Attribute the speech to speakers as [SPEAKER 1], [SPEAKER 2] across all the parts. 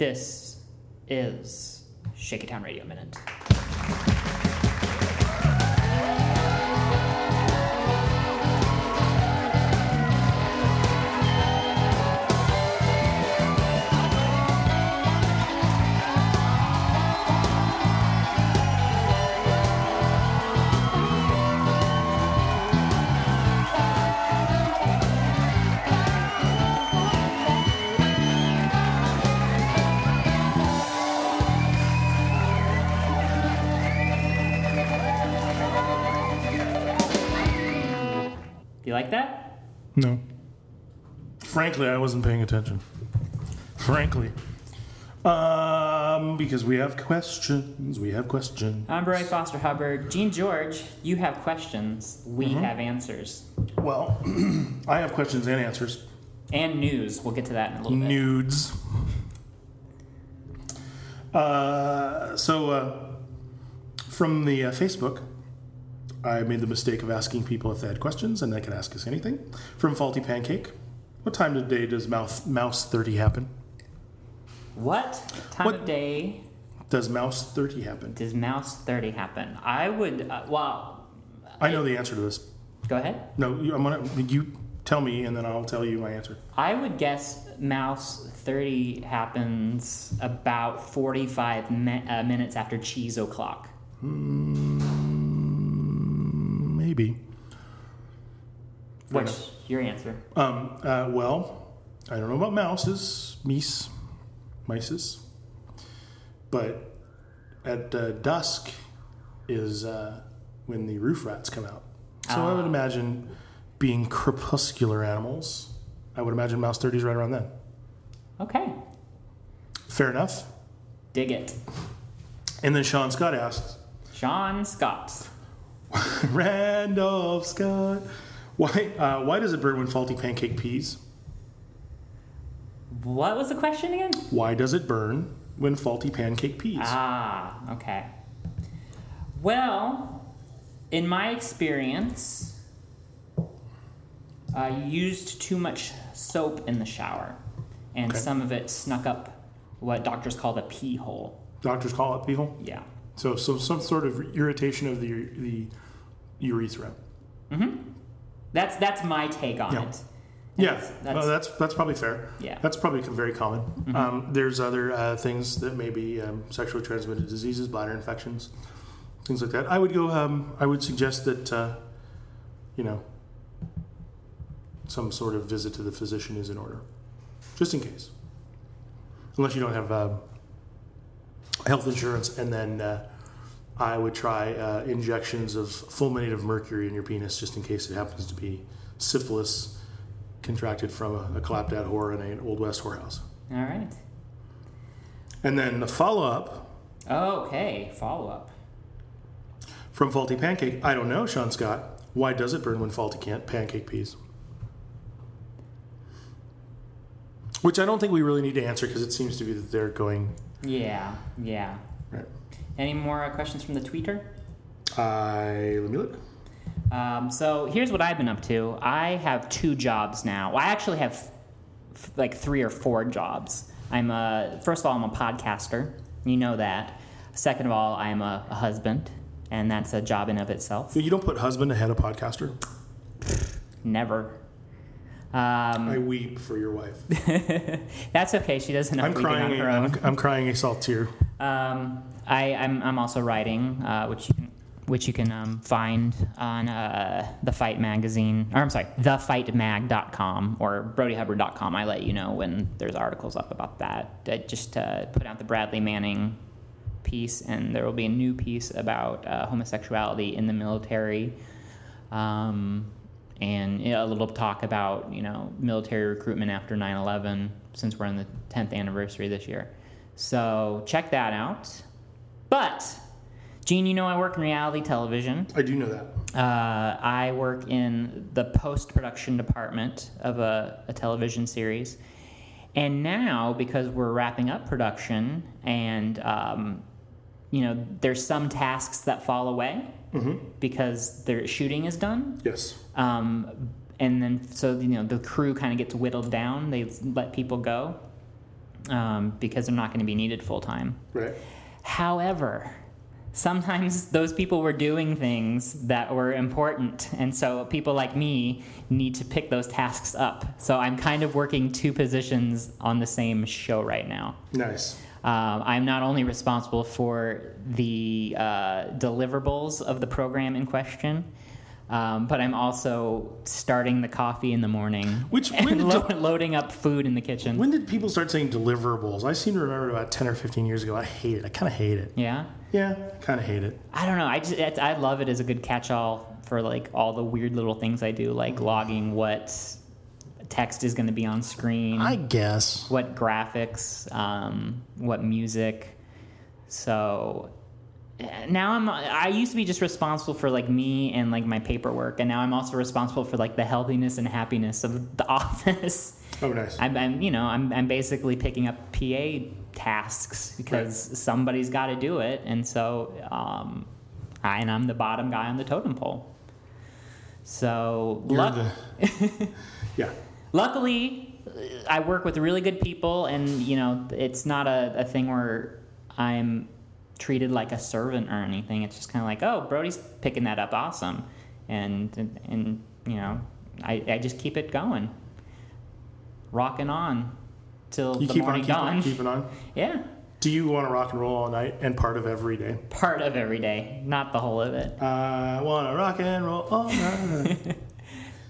[SPEAKER 1] This is Shaky Town Radio Minute. You like that?
[SPEAKER 2] No. Frankly, I wasn't paying attention. Frankly. Um, because we have questions. We have questions.
[SPEAKER 1] I'm Roy Foster Hubbard. Gene George, you have questions. We
[SPEAKER 2] Mm-hmm.
[SPEAKER 1] have answers.
[SPEAKER 2] Well, I have questions and answers.
[SPEAKER 1] And news. We'll get to that in a little bit.
[SPEAKER 2] Nudes. Uh, so, uh, from the uh, Facebook, I made the mistake of asking people if they had questions, and they could ask us anything. From Faulty Pancake, what time of day does Mouse, mouse 30 happen?
[SPEAKER 1] What time
[SPEAKER 2] What-
[SPEAKER 1] of day
[SPEAKER 2] Does Mouse 30 happen?
[SPEAKER 1] does Mouse 30 happen? I would, uh, well,
[SPEAKER 2] I know the answer to this.
[SPEAKER 1] go ahead.
[SPEAKER 2] No, you, I'm gonna you tell me, and then I'll tell you my answer.
[SPEAKER 1] I would guess Mouse 30 happens about 45 mi- uh, minutes after Cheese O'Clock.
[SPEAKER 2] Maybe. Fair
[SPEAKER 1] What's your answer?
[SPEAKER 2] Um, uh, well, I don't know about mouses, meese, mices, but at uh, dusk is uh, when the roof rats come out. So I would imagine being crepuscular animals. I would imagine mouse 30 is right around then.
[SPEAKER 1] Okay.
[SPEAKER 2] Fair enough.
[SPEAKER 1] Dig it.
[SPEAKER 2] And then Sean Scott asked,
[SPEAKER 1] Sean Scott.
[SPEAKER 2] Randolph Scott, why, uh, why does a bird when faulty pancake peas?
[SPEAKER 1] What was the question again?
[SPEAKER 2] Why does it burn when faulty pancake peas?
[SPEAKER 1] Ah, okay. Well, in my experience, I used too much soap in the shower, and
[SPEAKER 2] Okay.
[SPEAKER 1] some of it snuck up what doctors call the pee hole.
[SPEAKER 2] Doctors call it people.
[SPEAKER 1] Yeah.
[SPEAKER 2] So, so some sort of irritation of the the urethra.
[SPEAKER 1] That's that's my take on
[SPEAKER 2] Yeah.
[SPEAKER 1] it.
[SPEAKER 2] Yeah,
[SPEAKER 1] That's-
[SPEAKER 2] that's
[SPEAKER 1] that's-
[SPEAKER 2] that's, that's, probably fair.
[SPEAKER 1] Yeah.
[SPEAKER 2] that's probably com- very common. Um, there's other uh, things that may be um, sexually transmitted diseases, bladder infections, things like that. I would go. Um, I would suggest that uh, you know some sort of visit to the physician is in order, just in case. Unless you don't have uh, health insurance, and then uh, I would try uh, injections of fulminate of mercury in your penis, just in case it happens to be syphilis contracted from a, a clapped out whore in an old west whorehouse.
[SPEAKER 1] All right.
[SPEAKER 2] And then the follow up
[SPEAKER 1] Okay. Follow up.
[SPEAKER 2] from Faulty Pancake. I don't know, Sean Scott. Why does it burn when faulty can't pancake peas? Which I don't think we really need to answer because it seems to be that they're going
[SPEAKER 1] Yeah. Yeah.
[SPEAKER 2] right.
[SPEAKER 1] Any more uh, questions from the tweeter?
[SPEAKER 2] I let me look.
[SPEAKER 1] Um, so here's what I've been up to. I have two jobs now. Well, I actually have f- like three or four jobs. I'm a first of all, I'm a podcaster. You know that. Second of all, I'm a, a husband, and that's a job in of itself.
[SPEAKER 2] You don't put husband ahead of podcaster.
[SPEAKER 1] Never. Um,
[SPEAKER 2] I weep for your wife.
[SPEAKER 1] that's okay. She doesn't know
[SPEAKER 2] I'm
[SPEAKER 1] weeping on
[SPEAKER 2] crying.
[SPEAKER 1] her
[SPEAKER 2] A,
[SPEAKER 1] own.
[SPEAKER 2] I'm, I'm crying a salt tear.
[SPEAKER 1] Um, I, I'm, I'm also writing, uh, which you can, which you can um, find on uh, the Fight magazine, or I'm sorry, thefightmag.com or BrodyHubbard.com. I let you know when there's articles up about that. I just uh, put out the Bradley Manning piece, and there will be a new piece about uh, homosexuality in the military. Um, and you know, a little talk about you know military recruitment after 9/11, since we're on the 10th anniversary this year. So check that out. But Gene, you know I work in reality television.
[SPEAKER 2] I do know that.
[SPEAKER 1] Uh, I work in the post production department of a, a television series. And now, because we're wrapping up production and, um, you know, there's some tasks that fall away because their shooting is done.
[SPEAKER 2] Yes.
[SPEAKER 1] Um, and then, so, you know, the crew kind of gets whittled down. They let people go. um, because they're not going to be needed full time.
[SPEAKER 2] Right.
[SPEAKER 1] However, sometimes those people were doing things that were important, and so people like me need to pick those tasks up. So I'm kind of working two positions on the same show right now.
[SPEAKER 2] Nice.
[SPEAKER 1] Um, I'm not only responsible for the uh, deliverables of the program in question, um, but I'm also starting the coffee in the morning
[SPEAKER 2] Which- when
[SPEAKER 1] and
[SPEAKER 2] did
[SPEAKER 1] lo-
[SPEAKER 2] the-
[SPEAKER 1] loading up food in the kitchen.
[SPEAKER 2] When did people start saying deliverables? I seem to remember it about 10 or 15 years ago. I hate it. I kind of hate it.
[SPEAKER 1] yeah,
[SPEAKER 2] Yeah, kind of hate it.
[SPEAKER 1] I don't know. I just it, I love it as a good catch-all for like all the weird little things I do, like logging what text is going to be on screen,
[SPEAKER 2] I guess.
[SPEAKER 1] what graphics, um, what music. So eh, now I'm I used to be just responsible for like me and like my paperwork, and now I'm also responsible for like the healthiness and happiness of the office.
[SPEAKER 2] Oh, nice.
[SPEAKER 1] I'm, I'm you know I'm, I'm basically picking up PA tasks because somebody's got to do it, and so um, I and I'm the bottom guy on the totem pole. So
[SPEAKER 2] You're
[SPEAKER 1] luck,
[SPEAKER 2] the- yeah.
[SPEAKER 1] luckily, uh, I work with really good people, and you know it's not a, a thing where I'm treated like a servant or anything. It's just kind of like, oh, Brody's picking that up, awesome, and and, and you know I, I just keep it going, rocking on till
[SPEAKER 2] You
[SPEAKER 1] the
[SPEAKER 2] keep on
[SPEAKER 1] morning
[SPEAKER 2] keeping on,
[SPEAKER 1] dawn.
[SPEAKER 2] keeping on.
[SPEAKER 1] yeah,
[SPEAKER 2] Do you want to rock and roll all night and part of every day?
[SPEAKER 1] part of every day, not the whole of
[SPEAKER 2] Uh,
[SPEAKER 1] it.
[SPEAKER 2] I want to rock and roll all night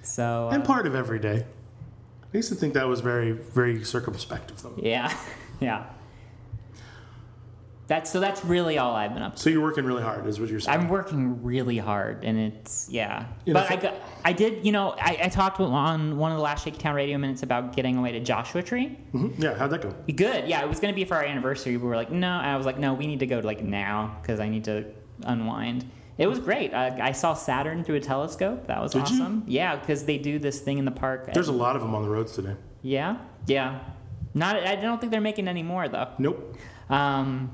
[SPEAKER 1] So uh,
[SPEAKER 2] and part of every day. I used to think that was very, very circumspect of them.
[SPEAKER 1] yeah, yeah. That's so. That's really all I've been up to.
[SPEAKER 2] So you're working really hard, is what you're saying.
[SPEAKER 1] I'm working really hard, and it's yeah.
[SPEAKER 2] You know,
[SPEAKER 1] but I,
[SPEAKER 2] so-
[SPEAKER 1] got, I did, you know, I, I talked on one of the last Shaky Town Radio minutes about getting away to Joshua Tree.
[SPEAKER 2] Mhm. Yeah, how'd that go?
[SPEAKER 1] Good, yeah. It was going to be for our anniversary. but We were like, no. I was like, no, we need to go like now because I need to unwind. It was great. uh, I, I saw Saturn through a telescope. That was
[SPEAKER 2] Did you?
[SPEAKER 1] awesome. Yeah, because they do this thing in the park.
[SPEAKER 2] There's a lot of them on the roads today.
[SPEAKER 1] yeah, yeah. Not. I don't think they're making any more though.
[SPEAKER 2] Nope.
[SPEAKER 1] Um,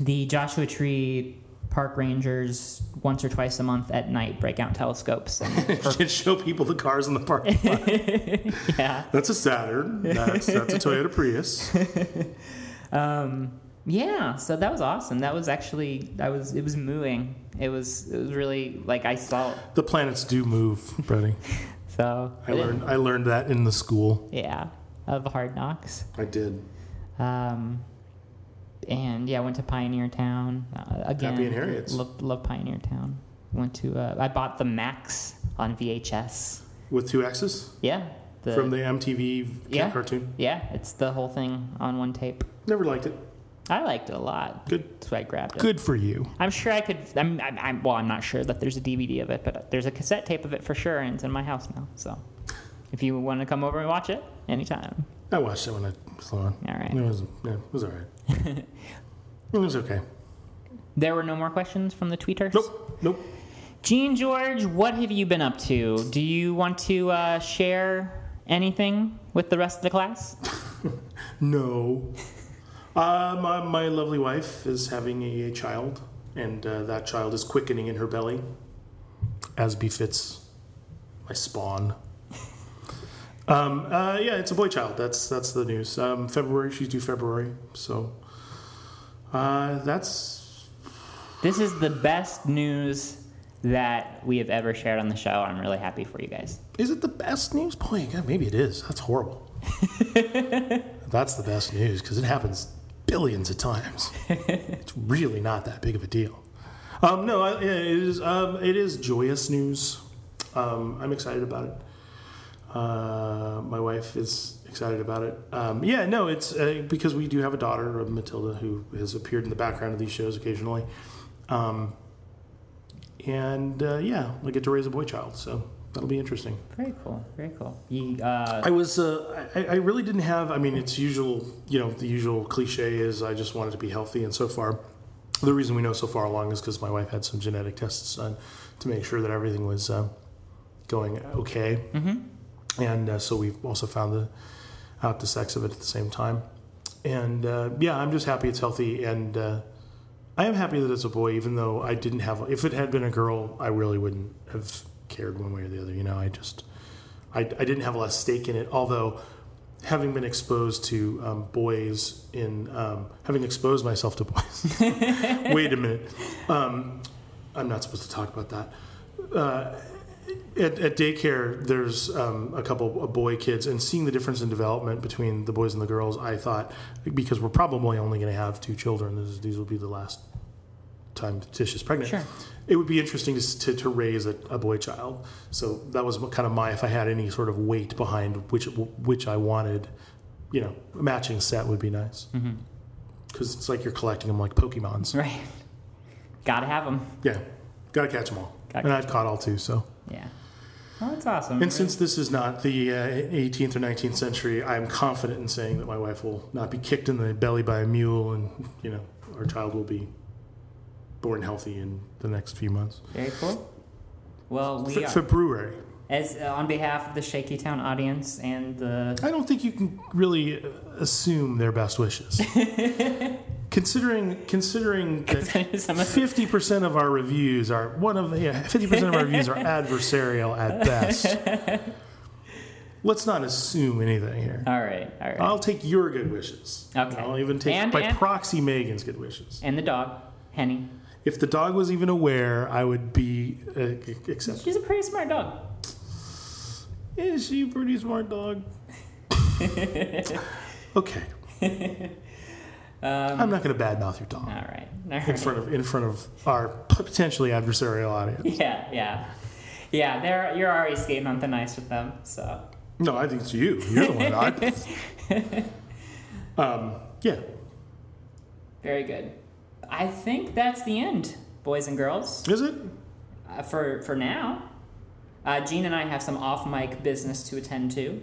[SPEAKER 1] the Joshua Tree Park Rangers once or twice a month at night break out telescopes. And
[SPEAKER 2] Just show people the cars in the parking lot.
[SPEAKER 1] yeah,
[SPEAKER 2] That's a Saturn. That's, that's a Toyota Prius.
[SPEAKER 1] um, yeah. So that was awesome. That was actually that was it was moving. It was it was really like I saw. it.
[SPEAKER 2] The planets do move, Brody.
[SPEAKER 1] So
[SPEAKER 2] I learned I learned that in the school.
[SPEAKER 1] Yeah, of Hard Knocks.
[SPEAKER 2] I did.
[SPEAKER 1] Um, and yeah, I went to Pioneer Town uh, again.
[SPEAKER 2] Happy and Harriet's.
[SPEAKER 1] Love, love Pioneer Town. Went to uh, I bought the Max on VHS.
[SPEAKER 2] With two X's
[SPEAKER 1] Yeah. The,
[SPEAKER 2] from the MTV
[SPEAKER 1] Yeah.
[SPEAKER 2] cartoon.
[SPEAKER 1] Yeah, it's the whole thing on one tape.
[SPEAKER 2] Never liked it.
[SPEAKER 1] I liked it a lot.
[SPEAKER 2] Good.
[SPEAKER 1] That's why I grabbed it.
[SPEAKER 2] Good for you.
[SPEAKER 1] I'm sure I could. I'm, I'm, I'm. Well, I'm not sure that there's a DVD of it, but there's a cassette tape of it for sure, and it's in my house now. So, if you want to come over and watch it anytime,
[SPEAKER 2] I watched it when I was on.
[SPEAKER 1] all right.
[SPEAKER 2] It was yeah, it was all right. it was okay.
[SPEAKER 1] There were no more questions from the tweeters.
[SPEAKER 2] Nope. Nope.
[SPEAKER 1] Gene George, what have you been up to? Do you want to uh, share anything with the rest of the class?
[SPEAKER 2] No. Uh, my, my lovely wife is having a, a child, and uh, that child is quickening in her belly, as befits my spawn. Um, uh, yeah, it's a boy child. That's that's the news. Um, February, she's due February, so uh, that's
[SPEAKER 1] This is the best news that we have ever shared on the show. I'm really happy for you guys.
[SPEAKER 2] is it the best news? Boy, God, maybe it is. That's horrible. that's the best news because it happens billions of times. it's really not that big of a deal. Um, no, I, yeah, it is. Um, it is joyous news. Um, I'm excited about it. Uh, my wife is excited about it. Um, yeah, no, it's uh, because we do have a daughter, uh, Matilda, who has appeared in the background of these shows occasionally. Um, and uh, yeah, I get to raise a boy child, so that'll be interesting.
[SPEAKER 1] Very cool. Very cool. You, uh,
[SPEAKER 2] I was. Uh, I, I really didn't have. I mean, it's usual. You know, the usual cliche is I just wanted to be healthy, and so far, the reason we know so far along is because my wife had some genetic tests done to make sure that everything was uh, going okay,
[SPEAKER 1] mm-hmm.
[SPEAKER 2] and uh, so we've also found the out the sex of it at the same time. And uh, yeah, I'm just happy it's healthy, and uh, I am happy that it's a boy, even though I didn't have. If it had been a girl, I really wouldn't have cared one way or the other. You know, I just. I, I didn't have a lot of stake in it, although having been exposed to um, boys in um, having exposed myself to boys. Wait a minute, um, I'm not supposed to talk about that. Uh, at, at daycare, there's um, a couple of boy kids, and seeing the difference in development between the boys and the girls, I thought because we're probably only going to have two children, this, these will be the last time Tish is pregnant.
[SPEAKER 1] Sure.
[SPEAKER 2] It would be interesting to, s- to, to raise a, a boy child. So that was what kind of my, if I had any sort of weight behind which which I wanted, you know, a matching set would be nice. Because it's like you're collecting them like Pokemons.
[SPEAKER 1] Right. Gotta have them.
[SPEAKER 2] Yeah. Got to catch them all.
[SPEAKER 1] Gotta
[SPEAKER 2] and I've caught all two, so.
[SPEAKER 1] Yeah. Well, that's awesome.
[SPEAKER 2] And since this is not the uh, 18th or 19th century, I'm confident in saying that my wife will not be kicked in the belly by a mule, and you know our child will be born healthy in the next few months.
[SPEAKER 1] Very cool. Well, we
[SPEAKER 2] Fe-
[SPEAKER 1] are,
[SPEAKER 2] February.
[SPEAKER 1] as uh, on behalf of the Shaky Town audience and the
[SPEAKER 2] I don't think you can really uh, assume their best wishes, considering considering that.
[SPEAKER 1] some of
[SPEAKER 2] Fifty percent of our reviews are one of yeah. Fifty percent of our reviews are adversarial at best. Let's not assume anything here.
[SPEAKER 1] all right, all right,
[SPEAKER 2] I'll take your good wishes.
[SPEAKER 1] Okay.
[SPEAKER 2] I'll even take
[SPEAKER 1] And-
[SPEAKER 2] by
[SPEAKER 1] and-
[SPEAKER 2] proxy Megan's good wishes.
[SPEAKER 1] and the dog Henny.
[SPEAKER 2] If the dog was even aware, I would be uh, ac- accepted.
[SPEAKER 1] She's a pretty smart dog.
[SPEAKER 2] Is she a pretty smart dog? okay. I'm not going to badmouth your dog
[SPEAKER 1] Um, All right, all
[SPEAKER 2] in
[SPEAKER 1] right.
[SPEAKER 2] front of in front of our potentially adversarial audience.
[SPEAKER 1] Yeah, yeah, yeah. They're you're already skating on thin ice with them, so
[SPEAKER 2] No, I think it's you. You're the one. That I, um, yeah.
[SPEAKER 1] very good. I think that's the end, boys and girls,
[SPEAKER 2] Is it?
[SPEAKER 1] uh, for for now. Uh, Gene and I have some off mic business to attend to.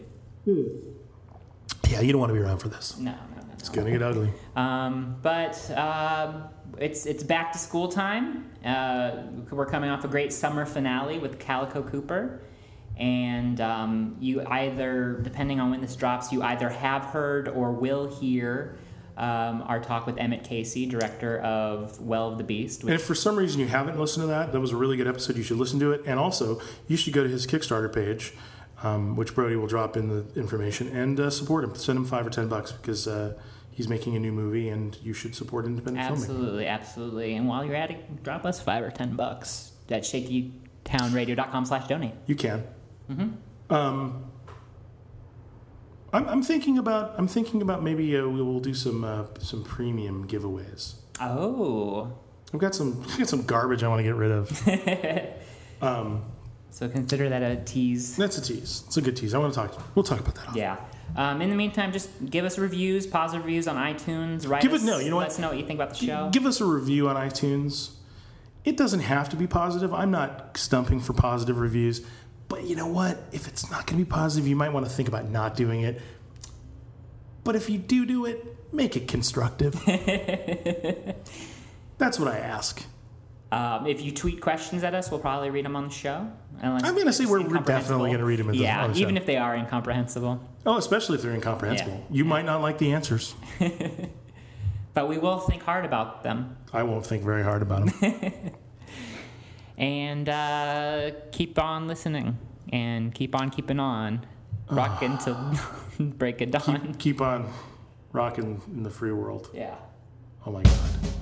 [SPEAKER 2] Yeah. You don't want to be around for this.
[SPEAKER 1] No, no, no. no.
[SPEAKER 2] It's going to get ugly.
[SPEAKER 1] Um, but um it's it's back to school time. Uh, we're coming off a great summer finale with Calico Cooper, and um, you either, depending on when this drops, you either have heard or will hear um, our talk with Emmett Casey, director of Well of the Beast.
[SPEAKER 2] And
[SPEAKER 1] Which,
[SPEAKER 2] if for some reason you haven't listened to that, that was a really good episode. You should listen to it. And also, you should go to his Kickstarter page, um, which Brody will drop in the information, and uh, support him. Send him five or ten bucks because uh, he's making a new movie, and you should support independent filmmaking.
[SPEAKER 1] absolutely, absolutely. And while you're at it, drop us five or ten bucks at shakytownradio.com/donate.
[SPEAKER 2] You can. Um, I'm, I'm thinking about I'm thinking about maybe uh, we will do some uh, some premium giveaways.
[SPEAKER 1] Oh,
[SPEAKER 2] I've got some I've got some garbage I want to get rid of. um,
[SPEAKER 1] so consider that a tease.
[SPEAKER 2] that's a tease. It's a good tease. I want to talk. We'll talk about that. off.
[SPEAKER 1] Yeah. Um, in the meantime, just give us reviews, positive reviews on iTunes. Write
[SPEAKER 2] Give
[SPEAKER 1] us,
[SPEAKER 2] it- no, you know
[SPEAKER 1] let
[SPEAKER 2] what?
[SPEAKER 1] us know what you think about the show.
[SPEAKER 2] Give us a review on iTunes. It doesn't have to be positive. I'm not stumping for positive reviews. But you know what? If it's not going to be positive, you might want to think about not doing it. But if you do do it, make it constructive. That's what I ask.
[SPEAKER 1] um, if you tweet questions at us, we'll probably read them on the show. Unless
[SPEAKER 2] I'm gonna
[SPEAKER 1] if
[SPEAKER 2] say
[SPEAKER 1] it's
[SPEAKER 2] we're- we're
[SPEAKER 1] incomprehensible.
[SPEAKER 2] definitely gonna read 'em in the-
[SPEAKER 1] Yeah,
[SPEAKER 2] on the
[SPEAKER 1] even
[SPEAKER 2] show.
[SPEAKER 1] if they are incomprehensible.
[SPEAKER 2] Oh, especially if they're incomprehensible. You might not like the answers.
[SPEAKER 1] But we will think hard about them.
[SPEAKER 2] I won't think very hard about them.
[SPEAKER 1] And uh, keep on listening and keep on keeping on. Rock until break of dawn.
[SPEAKER 2] Keep on rocking in the free world.
[SPEAKER 1] Yeah.
[SPEAKER 2] Oh my God.